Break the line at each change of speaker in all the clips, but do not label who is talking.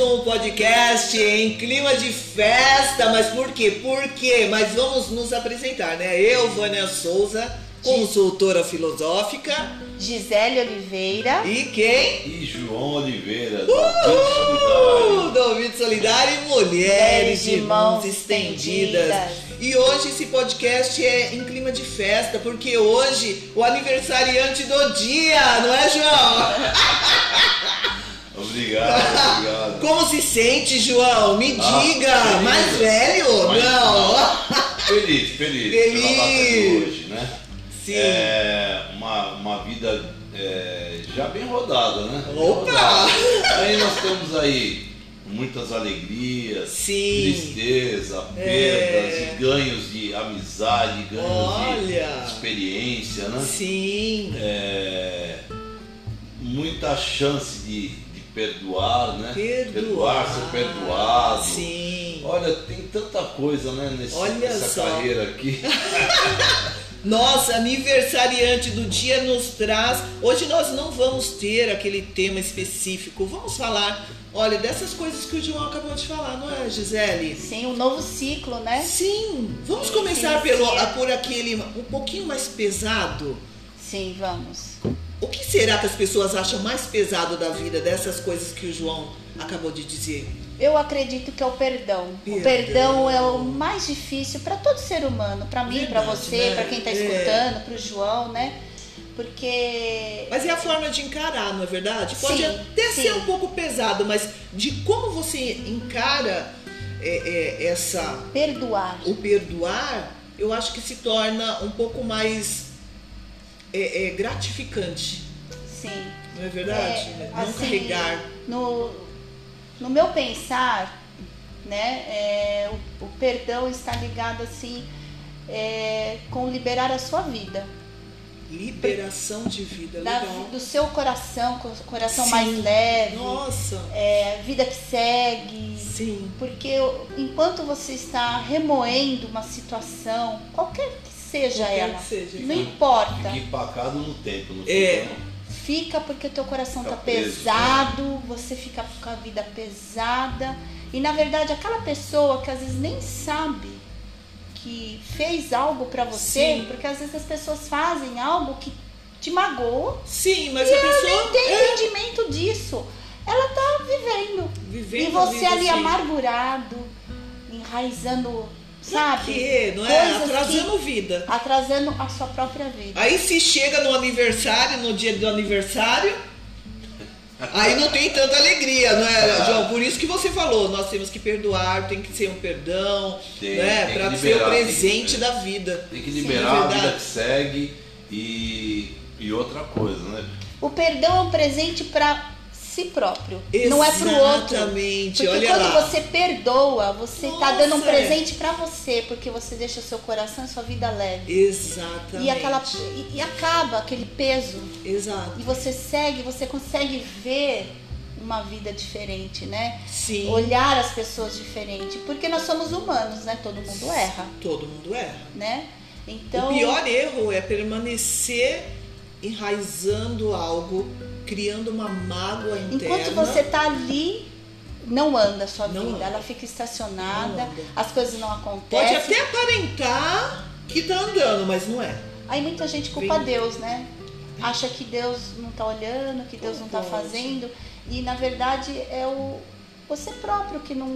um podcast em clima de festa, mas por quê? Por quê? Mas vamos nos apresentar, né? Eu, Vânia Souza, consultora filosófica,
Gisele Oliveira.
e quem?
E João Oliveira, tá? da
Uhul!
Vinte
Do Ouvido Solidário e Uh, Mulheres de Mãos Estendidas.
estendidas.
E hoje esse podcast é em clima de festa, porque hoje o aniversariante do dia, não é, João?
Solidariedade. Obrigado, obrigado.
Como se sente, João? Me
Ah,
diga,
feliz.
mais velho?
Mas-
não.
Feliz, feliz,
Feliz.
pela data de hoje, né?
Sim.
É uma, uma vida é, já bem rodada, né? Bem
Opa!
rodada. Aí nós temos aí muitas alegrias,
Sim.
tristeza, perdas
É.
e ganhos de amizade, ganhos
Olha.
de experiência, né?
Sim.
é, muita chance de, de perdoar, né?
Perdoar.
ser perdoado.
Sim.
Olha, tem tanta coisa, né, nesse,
Olha
nessa
só.
carreira aqui.
Nossa, aniversariante do dia nos traz. Hoje nós não vamos ter aquele tema específico. Vamos falar, olha, dessas coisas que o João acabou de falar, não é, Gisele?
Sim, um novo ciclo, né?
Sim, vamos começar pelo,
sim.
a- por aquele um pouquinho mais pesado.
Sim, vamos.
O que será que as pessoas acham mais pesado da vida dessas coisas que o João acabou de dizer?
Eu acredito que é o perdão.
Perdão.
O perdão é o mais difícil para todo ser humano, para mim, para
Verdade,
você,
né?
para quem tá
É.
escutando, para o João, né? Porque
Mas é a forma de encarar, não é verdade? Pode
Sim,
até
sim.
ser um pouco pesado, mas de como você encara é, é, essa
perdoar.
o perdoar, eu acho que se torna um pouco mais é, é, gratificante,
Sim.
não é verdade?
É,
não
assim,
carregar.
No, no meu pensar, né, é, o, o perdão está ligado assim é, com liberar a sua vida,
Liberação de vida,
da-
legal.
do seu coração, co- coração
Sim.
mais leve,
Nossa,
é, vida que segue.
sim,
Porque o- enquanto você está remoendo uma situação, qualquer que seja
Qualquer
ela,
que seja.
não importa.
Fica empacado no tempo, não
Tá. É.
fica, não.
Fica porque o teu coração tá
Fica
né?
preso,
pesado, você fica com a vida pesada. E na verdade, aquela pessoa que às vezes nem sabe que fez algo pra você,
Sim.
porque às vezes as pessoas fazem algo que te magoou,
sim, mas a pessoa
tem entendimento disso. Ela tá vivendo.
vivendo
e
a
você
vida
ali
assim.
amargurado, enraizando,
Pra
sabe?
quê? Não é?
Coisas
Atrasando vida.
que- atrasando a sua própria vida.
Aí se chega no aniversário, no dia do aniversário, aí não tem tanta alegria, não
Ah.
é, João? Por isso que você falou, nós temos que perdoar, tem que ser um perdão,
Tem,
né?
tem que
pra ser o
liberar, tem que-
presente da vida. é
Tem que
Sim,
liberar a vida
verdade.
que segue e, e outra coisa, né?
O perdão é um presente pra si próprio, não é pro outro.
Exatamente,
Porque
olha
quando
lá.
você perdoa, você tá dando um
Nossa, é.
presente pra você, porque você deixa o seu coração e sua vida leve.
Exatamente.
E, aquela, e, e acaba aquele peso.
Exato.
E você segue, você consegue ver uma vida diferente, né?
Sim.
Olhar as pessoas diferente. Porque nós somos humanos, né? Todo mundo erra,
Todo mundo erra.
né? Então.
O pior erro é permanecer enraizando algo, criando uma mágoa interna.
Enquanto você tá ali, não anda a sua
Não
vida.
anda.
Ela fica
Não
estacionada,
anda.
as coisas não
Pode
acontecem.
até aparentar que tá andando, mas não é.
Aí muita gente culpa
Vem.
Deus, né? Acha que Deus não tá olhando, que Deus não tá
Pode.
fazendo. E na verdade é o você próprio que não,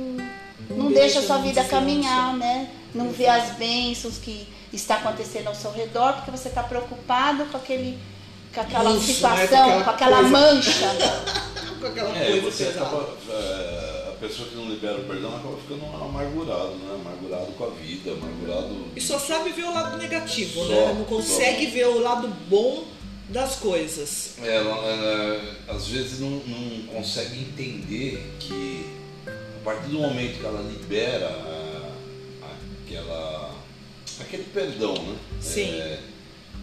não,
deixa,
deixa a sua
não
vida
deslancha.
caminhar, né? Não vê as bênçãos que está acontecendo ao seu redor, porque você está preocupado com aquele com aquela
Mancha, né?
situação,
Com aquela
com aquela
coisa.
mancha.
Tá Com aquela
É,
coisa
você
pesada.
acaba, é, a pessoa que não libera o perdão acaba ficando amargurado, né? Amargurado com a vida, amargurado.
E só sabe ver o lado negativo,
Só,
né? Não
só.
consegue ver o lado bom das coisas.
É, Ela, ela, às vezes não, não consegue entender que a partir do momento que ela libera a- aquela, aquele perdão, né?
Sim.
É,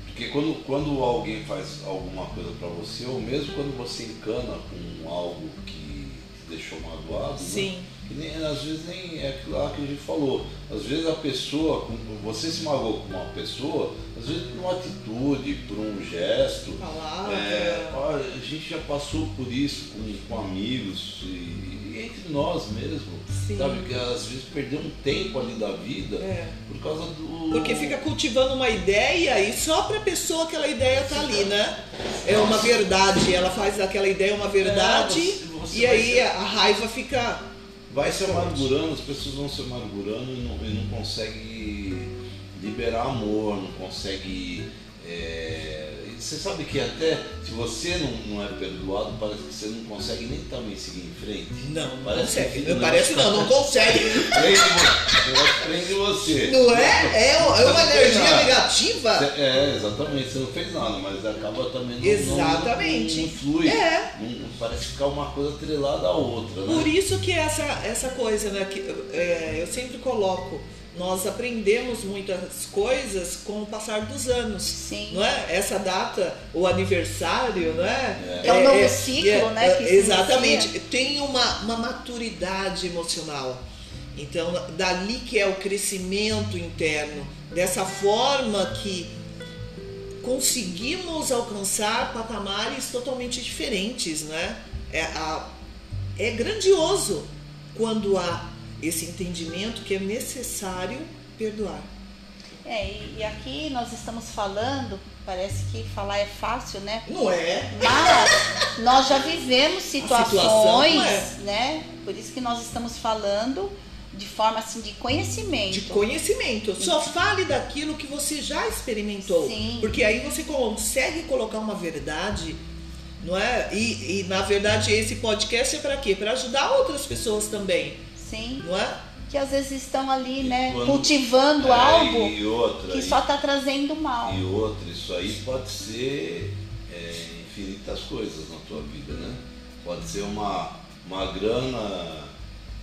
porque quando, quando alguém faz alguma coisa pra você, ou mesmo quando você encana com algo que te deixou magoado, né?
Sim.
que nem, às vezes nem é aquilo lá que a gente falou. Às vezes a pessoa, com- você se magoou com uma pessoa, às vezes por uma atitude, por um gesto,
Palavra.
é, olha, a gente já passou por isso com, com amigos e, e entre nós mesmo.
Sim.
Sabe? Que às vezes perder um tempo ali da vida
É.
por causa do.
Porque fica cultivando uma ideia e só pra pessoa aquela ideia tá ali, né? É uma verdade. Ela faz daquela ideia uma verdade
É, você- você
e
vai
aí
ser-
a raiva fica.
Vai se amargurando, as pessoas vão se amargurando e não, e não consegue liberar amor, não consegue. é, e Você sabe que até se você não, não é perdoado, parece que você não consegue nem também seguir em frente.
Não, não
Parece
consegue.
que não. é.
Parece não, não consegue.
Prende você, o negócio prende você.
Não é? É é uma energia negativa?
Cê- É, exatamente, você não fez nada, mas acaba também não,
Exatamente.
não, não flui.
É.
Não- parece ficar uma coisa atrelada à outra, né?
Por isso que essa, essa coisa, né, que é, eu sempre coloco, nós aprendemos muitas coisas com o passar dos anos.
Sim.
Não é? Essa data, o aniversário, não é?
É. É um novo ciclo, né, que se
exatamente. Tem uma, uma maturidade emocional. Então, dali que é o crescimento interno. Dessa forma que conseguimos alcançar patamares totalmente diferentes, né? É, a- é grandioso quando há esse entendimento que é necessário perdoar.
É, e, e aqui nós estamos falando, parece que falar é fácil, né?
Não é?
Mas nós já vivemos
situação,
situações,
é.
né? Por isso que nós estamos falando de forma assim de conhecimento.
De conhecimento. Só fale daquilo que você já experimentou.
Sim.
Porque aí você consegue colocar uma verdade, não é? E, e, na verdade esse podcast é para quê? Para ajudar outras pessoas também,
Sim.
não é?
Que às vezes estão ali,
E
né,
quando-
cultivando
É,
algo
E outra,
que
e,
só tá trazendo mal.
e outra, isso aí pode ser é, infinitas coisas na tua vida, né? Pode ser uma, uma grana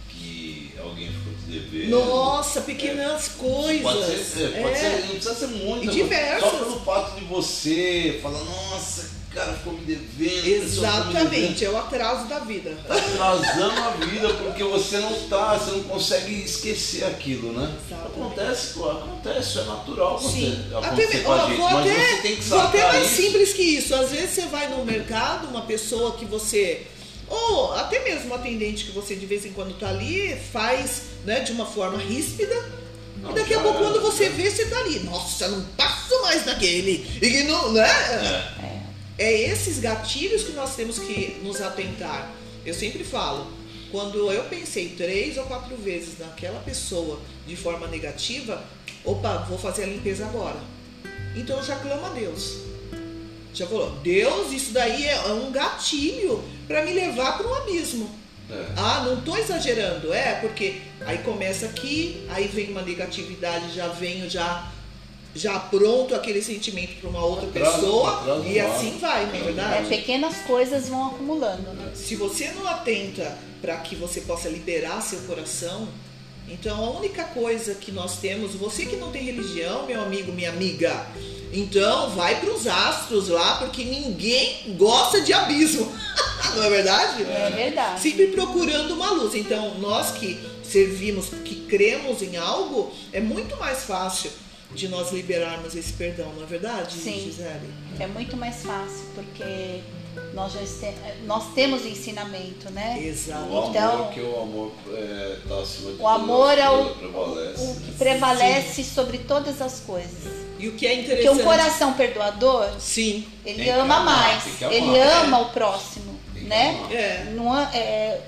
que alguém ficou te devendo.
Nossa, pequenas coisas.
É. Pode ser, é, pode ser, não precisa ser muito.
E diversas.
Só pelo fato de você falar, nossa, cara, ficou me devendo. a pessoa ficou me devendo."
Exatamente, é o atraso da vida.
Tá atrasando a vida porque você não tá, você não consegue esquecer aquilo, né?
Exato.
Acontece, pô, acontece, é natural acontecer,
Sim.
acontecer
Até,
com a
ó,
gente,
vou,
mas
até,
você tem que
vou
saber
até mais
isso.
simples que isso. Às vezes você vai no mercado, uma pessoa que você. Ou até mesmo um atendente que você de vez em quando tá ali, faz né, de uma forma ríspida.
Não,
e daqui a
já
pouco,
era,
quando você
já.
vê, você tá ali. Nossa, não passo mais daquele. E não, né?
É,
É esses gatilhos que nós temos que nos atentar. Eu sempre falo, quando eu pensei três ou quatro vezes naquela pessoa de forma negativa, opa, vou fazer a limpeza agora. Então eu já clamo a Deus. Já falou, Deus, isso daí é um gatilho para me levar para um abismo.
é.
Ah, não tô exagerando, é, porque aí começa aqui, aí vem uma negatividade, já venho já já pronto aquele sentimento para uma outra
Atraso,
pessoa
atraso
e
do lado.
assim vai, não é
É,
verdade?
pequenas coisas vão acumulando, né?
Se você não atenta para que você possa liberar seu coração, então a única coisa que nós temos, você que não tem religião, meu amigo, minha amiga, então vai para os astros lá, porque ninguém gosta de abismo, não é verdade?
É verdade.
sempre procurando uma luz. Então, nós que servimos, que cremos em algo, é muito mais fácil de nós liberarmos esse perdão, não é verdade,
Sim.
Gisele?
É muito mais fácil porque nós já este- nós temos o ensinamento, né?
Exato.
O
Então-
amor que o amor é, tá acima de
O amor é o,
tudo, prevalece.
o que prevalece sobre todas as coisas.
E o que é
Porque
interessante.
um coração perdoador,
Sim,
ele
Tem que
ama
amar, tem
mais,
que amar,
ele
é.
ama o próximo,
Tem que
né?
amar.
é.
Não a- é,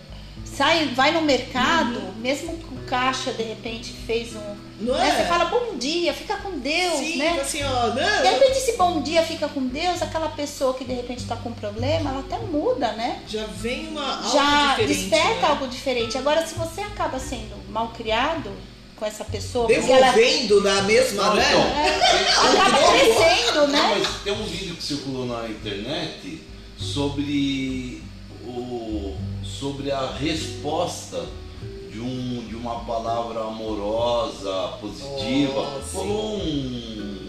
sai, vai no mercado, mesmo que o caixa de repente fez um.
Não
né,
é?
Você fala bom dia, fica com Deus,
Sim,
né?
assim, ó. né?
De repente esse bom dia fica com Deus, aquela pessoa que de repente está com problema, ela até muda, né?
Já vem uma algo
Já
diferente.
desperta
né?
algo diferente. Agora, se você acaba sendo mal criado com essa pessoa, porque ela
Devolvendo na mesma,
Não,
né?
então,
acaba crescendo,
Não,
né?
mas tem um vídeo que circulou na internet sobre o sobre a resposta de um de uma palavra amorosa, positiva.
Oh, sim.
Falou um,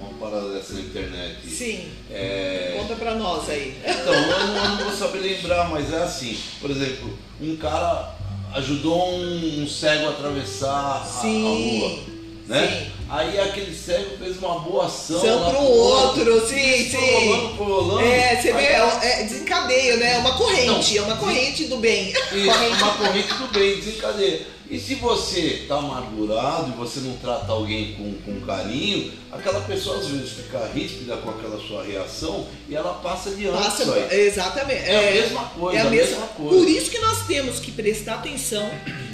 uma parada dessa na internet.
Sim,
É,
conta pra nós aí.
então, eu não, eu não vou saber lembrar, mas é assim. Por exemplo, um cara ajudou um, um cego a atravessar a- a, rua.
Sim.
né?
Sim.
Aí aquele cego fez uma boa ação.
São
lá
pro
pro
outro, sim,
Pro rolando,
sim.
pro rolando.
É, você
Aí
vê,
tá-
é, é desencadeia, né? É uma corrente, é uma corrente do bem.
É Isso, uma corrente do bem, desencadeia. E se você está amargurado e você não trata alguém com, com carinho, aquela pessoa às vezes fica ríspida com aquela sua reação e ela passa de ano.
Passa,
isso aí.
exatamente.
É, a mesma coisa,
É a mesma
coisa.
Por isso que nós temos que prestar atenção,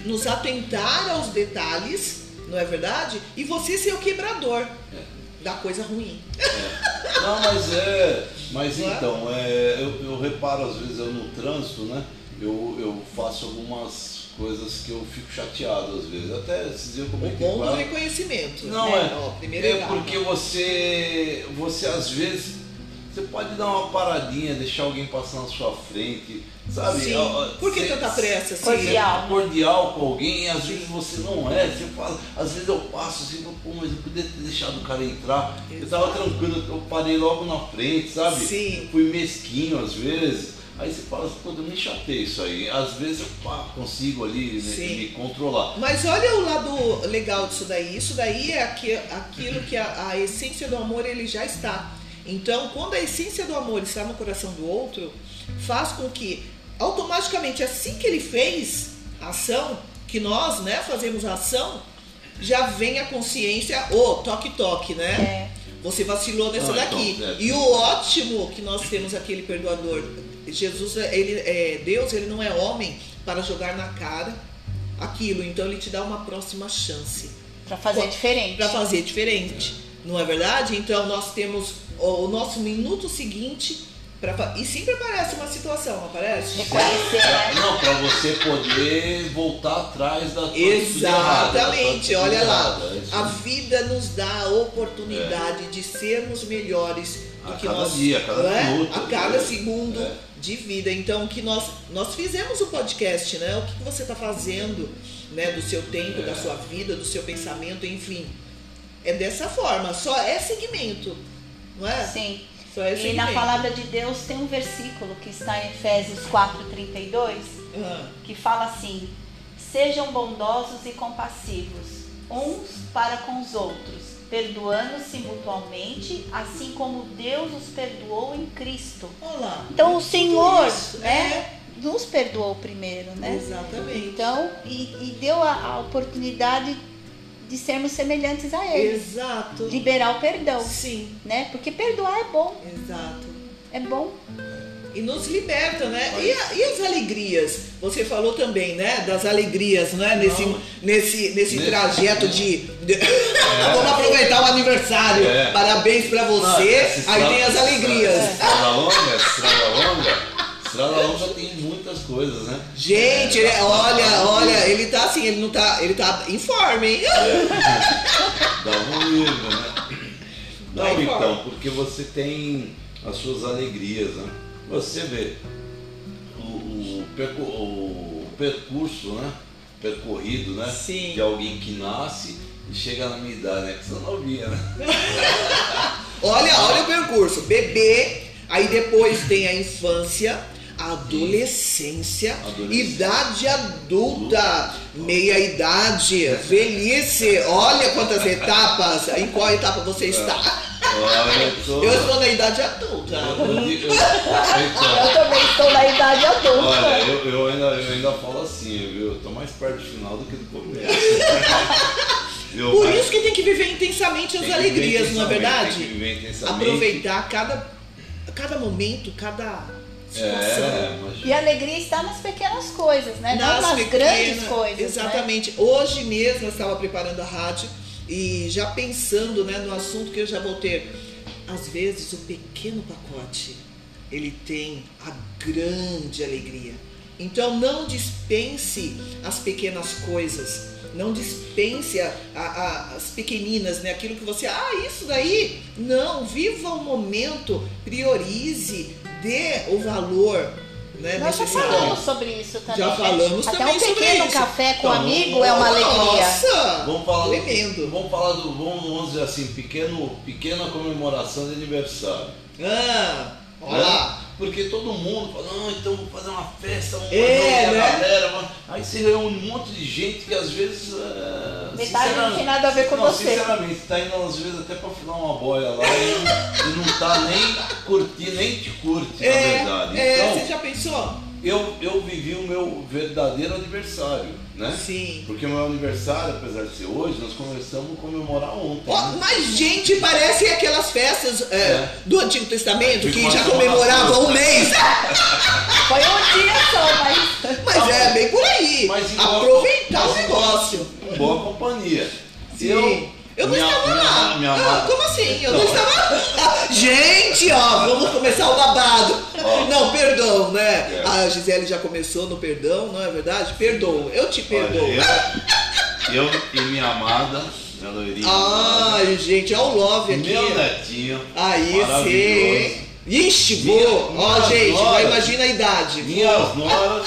nos atentar aos detalhes, não é verdade? E você ser o quebrador
É.
da coisa ruim.
Não, mas é. Mas
Não é?
então, é, eu, eu reparo às vezes eu no trânsito, né? Eu, eu faço algumas coisas que eu fico chateado às vezes. Até esses dias eu
O
comentei
bom
com
do
ela.
reconhecimento.
Não,
né?
é.
Ó, primeiro né?
É
etapa.
porque você, você às vezes, você pode dar uma paradinha, deixar alguém passar na sua frente, sabe?
Sim.
Ó, ó,
Por que
cê-
tanta pressa? assim?
você
Cordial.
é cordial com alguém e às vezes você não é. Você fala, às vezes eu passo assim, pô, mas eu podia ter deixado o cara entrar. Eu tava tranquilo, eu parei logo na frente, sabe?
Sim.
Fui mesquinho às vezes. Aí você fala assim, pô, eu me chatei isso aí. Às vezes eu pá, consigo ali né,
Sim.
me controlar.
Mas olha o lado legal disso daí. Isso daí é aque- aquilo que a, a essência do amor ele já está. Então, quando a essência do amor está no coração do outro, faz com que automaticamente, assim que ele fez a ação, que nós, né, fazemos a ação, já vem a consciência, ô, toque, toque, né?
É,
Você vacilou nessa
Ah,
daqui.
então, é.
E o ótimo que nós temos é aquele perdoador, Jesus, ele é Deus, ele não é homem para jogar na cara aquilo. Então ele te dá uma próxima chance
pra fazer diferente.
para fazer diferente, não é verdade? Então nós temos o o nosso minuto seguinte para e sempre aparece uma situação, não aparece.
Reconhecer,
Pra-
né?
Não, pra você poder voltar atrás da tua
Exatamente,
atitude
olha lá.
errada, é isso.
A vida nos dá a oportunidade de sermos melhores do
É. A
que
cada
nós
dia, a cada
não é?
minuto,
a cada
é.
segundo
É.
de vida. Então que nós nós fizemos o podcast, né? O que que você está fazendo, né, do seu tempo,
É.
da sua vida, do seu pensamento, enfim. É dessa forma, só é segmento, não é?
Sim.
Só é
E
segmento.
na palavra de Deus tem um versículo que está em Efésios 4:32,
Ah,
que fala assim: "Sejam bondosos e compassivos, uns para com os outros, perdoando-se mutualmente, assim como Deus os perdoou em Cristo."
olha lá.
Então o Senhor,
isso, É,
né, nos perdoou primeiro, né?
Exatamente.
Então, e, e deu a, a oportunidade de sermos semelhantes a Ele,
Exato.
liberar o perdão,
Sim,
né? Porque perdoar é bom,
exato.
é bom.
E nos liberta, né? E, a- e as alegrias? Você falou também, né? Das alegrias, né? Nesse,
Não.
nesse, nesse
Nesse-
trajeto de. de- Vamos aproveitar o aniversário.
É.
Parabéns pra
Não,
você.
essa
Aí
estrada-
tem as
Essa
alegrias.
estrada longa, essa estrada longa, estrada longa tem muitas coisas, né?
Gente,
É,
ele- olha, olha, ele tá assim, ele não tá. Ele tá em forma, hein?
Dá um livro, né? Não,
Vai embora.
então, porque você tem as suas alegrias, né? Você vê o, o percu- o percurso, né? Percorrido, né?
Sim.
De alguém que nasce e chega na minha idade, né? Que você não via, né?
Olha, olha o percurso. Bebê, aí depois tem a infância, a adolescência,
Adolescência.
idade adulta, meia idade, velhice. Olha quantas etapas. Em qual etapa
É.
você está?
Olha, eu tô-
Eu estou na idade adulta.
eu digo- eu- então,
Eu também estou na idade adulta.
Olha, eu, eu ainda, eu ainda falo assim, viu? Eu tô mais perto do final do que do começo. Eu-
Por isso que tem que viver intensamente
tem
as
que
alegrias,
viver
não é
intensamente, Tem que
verdade?
viver intensamente.
Aproveitar cada, cada momento, cada situação.
É, mas
E a alegria está nas pequenas coisas, né? Não nas
pequenas-
grandes coisas. Né?
Exatamente. Hoje mesmo eu estava preparando a rádio e já pensando né, no assunto que eu já vou ter. Às vezes o pequeno pacote ele tem a grande alegria. Então não dispense as pequenas coisas. Não dispense a- a- a- as pequeninas, né? Aquilo que você, ah, isso daí. Não, viva o momento, priorize, dê o valor, né?
Nós já
necessário.
falamos sobre isso também.
Já
né?
falamos
Até
também
um
sobre
pequeno
isso.
café com um
Então,
amigo é uma alegria.
Nossa!
Vamos falar do,
Tremendo.
vamos falar do, vamos, vamos dizer assim, pequeno, pequena comemoração de aniversário.
Ah, olha
né?
lá.
Porque todo mundo fala, não, então vou fazer uma festa, vamos
É,
reunir a
né?
galera. vamos-" Aí se reúne um monte de gente que às vezes
Metade
é,
não
sinceramente-
tem nada a ver com
não,
você.
Sinceramente, tá indo às vezes até pra afinar uma boia lá e, não- e não tá nem curtindo, nem te curte,
É,
na verdade.
é,
então,
você já pensou?
eu, eu vivi o meu verdadeiro aniversário, né?
Sim.
Porque o meu aniversário, apesar de ser hoje, nós começamos a comemorar ontem.
Ó,
né?
mas, gente, parece aquelas festas é,
É. Tá
do Antigo Testamento
Fica
que
uma
já
semana
comemoravam
toda.
um mês.
Foi um dia só, mas.
Mas é bem por aí.
Mas então, assim, em-
Aproveitar o
mas em-
negócio.
Com boa companhia.
Sim.
Eu,
Eu, não
minha-
estava
minha-
lá.
minha
Ah,
amada- Então,
como assim? Eu não,
Não.
estava lá. Gente, ó, vamos começar o babado.
Ó.
Não, perdão, né?
É.
A Gisele já começou no perdão, não é verdade? Perdão, eu te
olha,
perdoo.
eu, eu e minha amada, minha loirinha. amada,
Ai, gente, olha o love aqui.
meu netinho.
Aí
maravilhoso.
sim. Ixi,
Minha-
vou. Ó,
minha
gente,
nora.
já imagina a idade.
Minhas noras,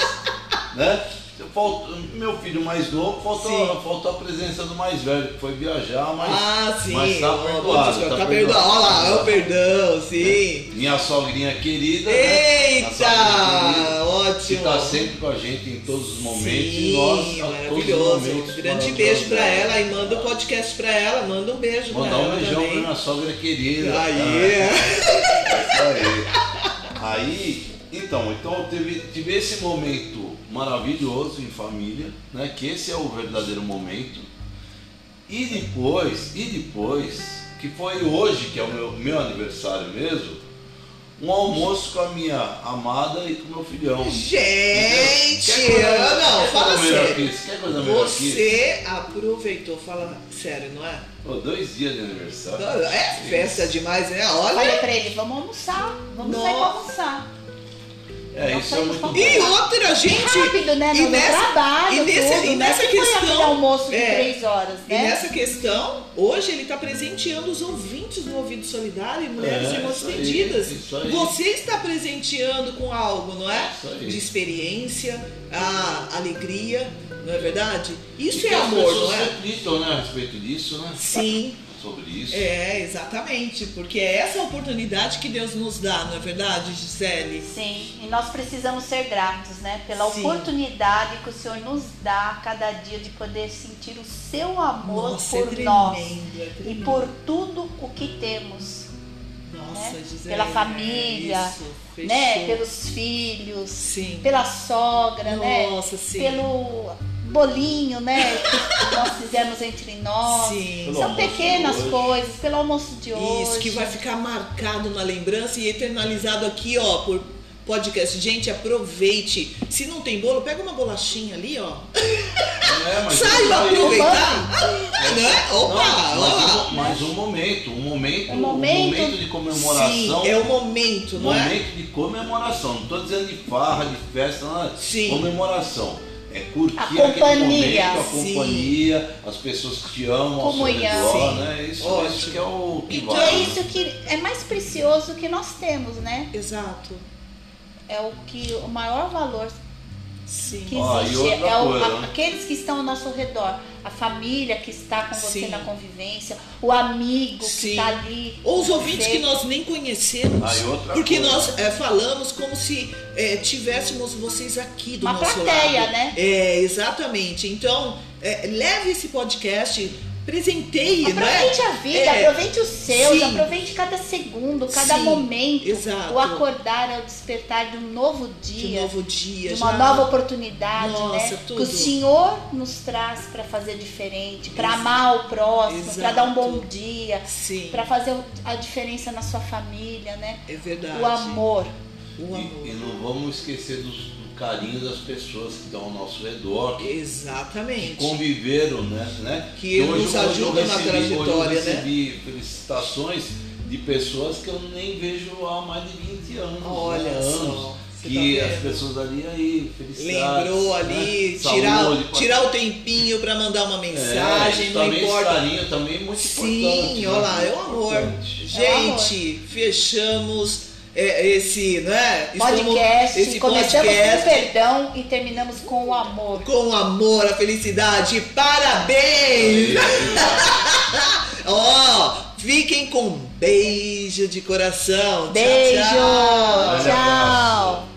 né? Faltou, meu filho mais novo, faltou,
Sim.
faltou a presença do mais velho, que foi viajar, mas,
Ah, sim.
mas tá
ó, vou te
perdoado. Tá
falar, tá perdoado. Olha lá, é o perdão, sim.
Minha sogrinha querida. né? Minha sogrinha querida,
Eita,
Que
ótimo.
tá sempre com a gente em todos os momentos.
Sim,
e nós, a
maravilhoso. Um
Todos tá os momentos,
Grande
maravilhosos
beijo pra
dela.
ela e manda o podcast pra ela, manda um beijo
Mandar
pra
um
ela
beijão pra
também.
minha sogra querida.
Aí,
Ah,
é.
é isso aí. Aí, então, então teve, tive esse momento maravilhoso em família, né? Que esse é o verdadeiro momento. E depois, e depois, que foi hoje, que é o meu, meu aniversário mesmo, um almoço com a minha amada e com o meu filhão.
Gente,
Ah, é. Quer um coisa-
eu não,
quer
fala
coisa melhor
sério.
que isso? Quer coisa melhor que isso?
Você aproveitou, fala sério, não é?
Pô, dois dias de aniversário.
É festa demais, né? Olha.
Falei pra ele, vamos almoçar. Vamos sair pra
Nossa.
almoçar.
É,
Não
isso é
foi
muito
bom.
bom.
E outra, gente.
Rápido, né?
e
No,
nessa-
trabalho,
e nesse-
tudo,
e
né?
nessa
Não foi aquele
questão-
almoço de
é.
três horas,
E
né?
nessa questão, hoje ele está presenteando os ouvintes do Ouvido Solidário e Mulheres
É,
Irmãs
isso aí,
Perdidas.
isso aí.
Você está presenteando com algo, não é?
Isso aí.
De experiência, a alegria, não é verdade?
E
Isso
que
é
as
amor,
pessoas
não é?
reflitam, né, a respeito disso, né?
Sim,
Sobre isso.
é, exatamente. Porque é essa oportunidade que Deus nos dá, não é verdade, Gisele?
Sim, e nós precisamos ser gratos, né? Pela
Sim.
oportunidade que o Senhor nos dá a cada dia de poder sentir o seu amor
Nossa, é
por
tremendo,
nós
é
e
tremendo.
por tudo o que temos,
Nossa, Gisele.
né? Pela família,
isso,
né?
fechou.
Pelos filhos,
Sim.
pela sogra, né?
Nossa, sim.
Pelo bolinho, né? Que nós fizemos entre nós.
Sim.
Pelo
São
almoço de
pequenas
hoje.
coisas, pelo almoço de hoje.
Isso, que vai ficar marcado na lembrança e eternalizado aqui, ó, por podcast. Gente, aproveite. Se não tem bolo, pega uma bolachinha ali, ó.
É, mas
Saiba
isso aí-
aproveitar. né?
Não,
Opa, ó
mas,
lá.
um, mas um momento, um momento,
Um
um
momento-
momento, de comemoração.
Sim, é o momento, não é?
momento de comemoração. Não tô dizendo de farra, de festa, nada.
Sim.
Comemoração. É curtir
A
aquele
companhia.
momento, a
Sim.
companhia, as pessoas que te amam, ao seu
Comunhão.
redor,
Sim.
né? Isso,
Ótimo.
isso que é o que
Que é
vale.
isso que é mais precioso que nós temos, né?
Exato.
É o que o maior valor
Sim.
que
Ó, e
existe
outra
é o-
coisa,
a-
né?
aqueles que estão ao nosso redor, a família que está com você
Sim.
na convivência, o amigo que
Sim.
está ali.
Ou os
com
ouvintes
você.
que nós nem conhecemos.
Aí Ah, outra
porque
coisa.
nós é, falamos como se é, tivéssemos vocês aqui do
Uma
nosso
plateia,
lado.
né?
É, exatamente. Então, é, leve esse podcast, presenteie, né?
Aproveite a vida,
É.
aproveite os seus,
Sim.
aproveite cada segundo, cada
Sim.
momento.
Exato.
O acordar ao despertar de um novo
De
dia,
novo dia,
de uma
já.
nova oportunidade,
Nossa,
né? Que
tudo.
o Senhor nos traz para fazer diferente, para amar o próximo, para
Exato.
dar um bom dia,
Sim,
para fazer a diferença na sua família, né?
é verdade.
O amor.
O amor.
E, e não vamos esquecer dos- do carinho das pessoas que estão ao nosso redor, que
Exatamente.
conviveram, né? né?
Que nos ajudam na
hoje
trajetória,
eu
né?
recebi felicitações de pessoas que eu nem vejo há mais de 20 anos.
Olha
né? anos.
só. você
Que
tá
as
vendo?
pessoas ali aí, felicidades.
Lembrou ali, tirar,
né? Saúde, com-
tirar o tempinho para mandar uma
É,
mensagem,
isso
não
também,
importa.
Esse carinho também é muito
Sim,
importante. né?
olha lá, é o amor.
Importante.
Gente, fechamos é, esse, né? Estamos-
podcast,
esse
começamos
podcast
com o perdão e terminamos com o amor.
com o amor, a felicidade. Parabéns! Ó, fiquem com um beijo de coração. Tchau,
Beijo!
tchau.
Grande
tchau.
abraço.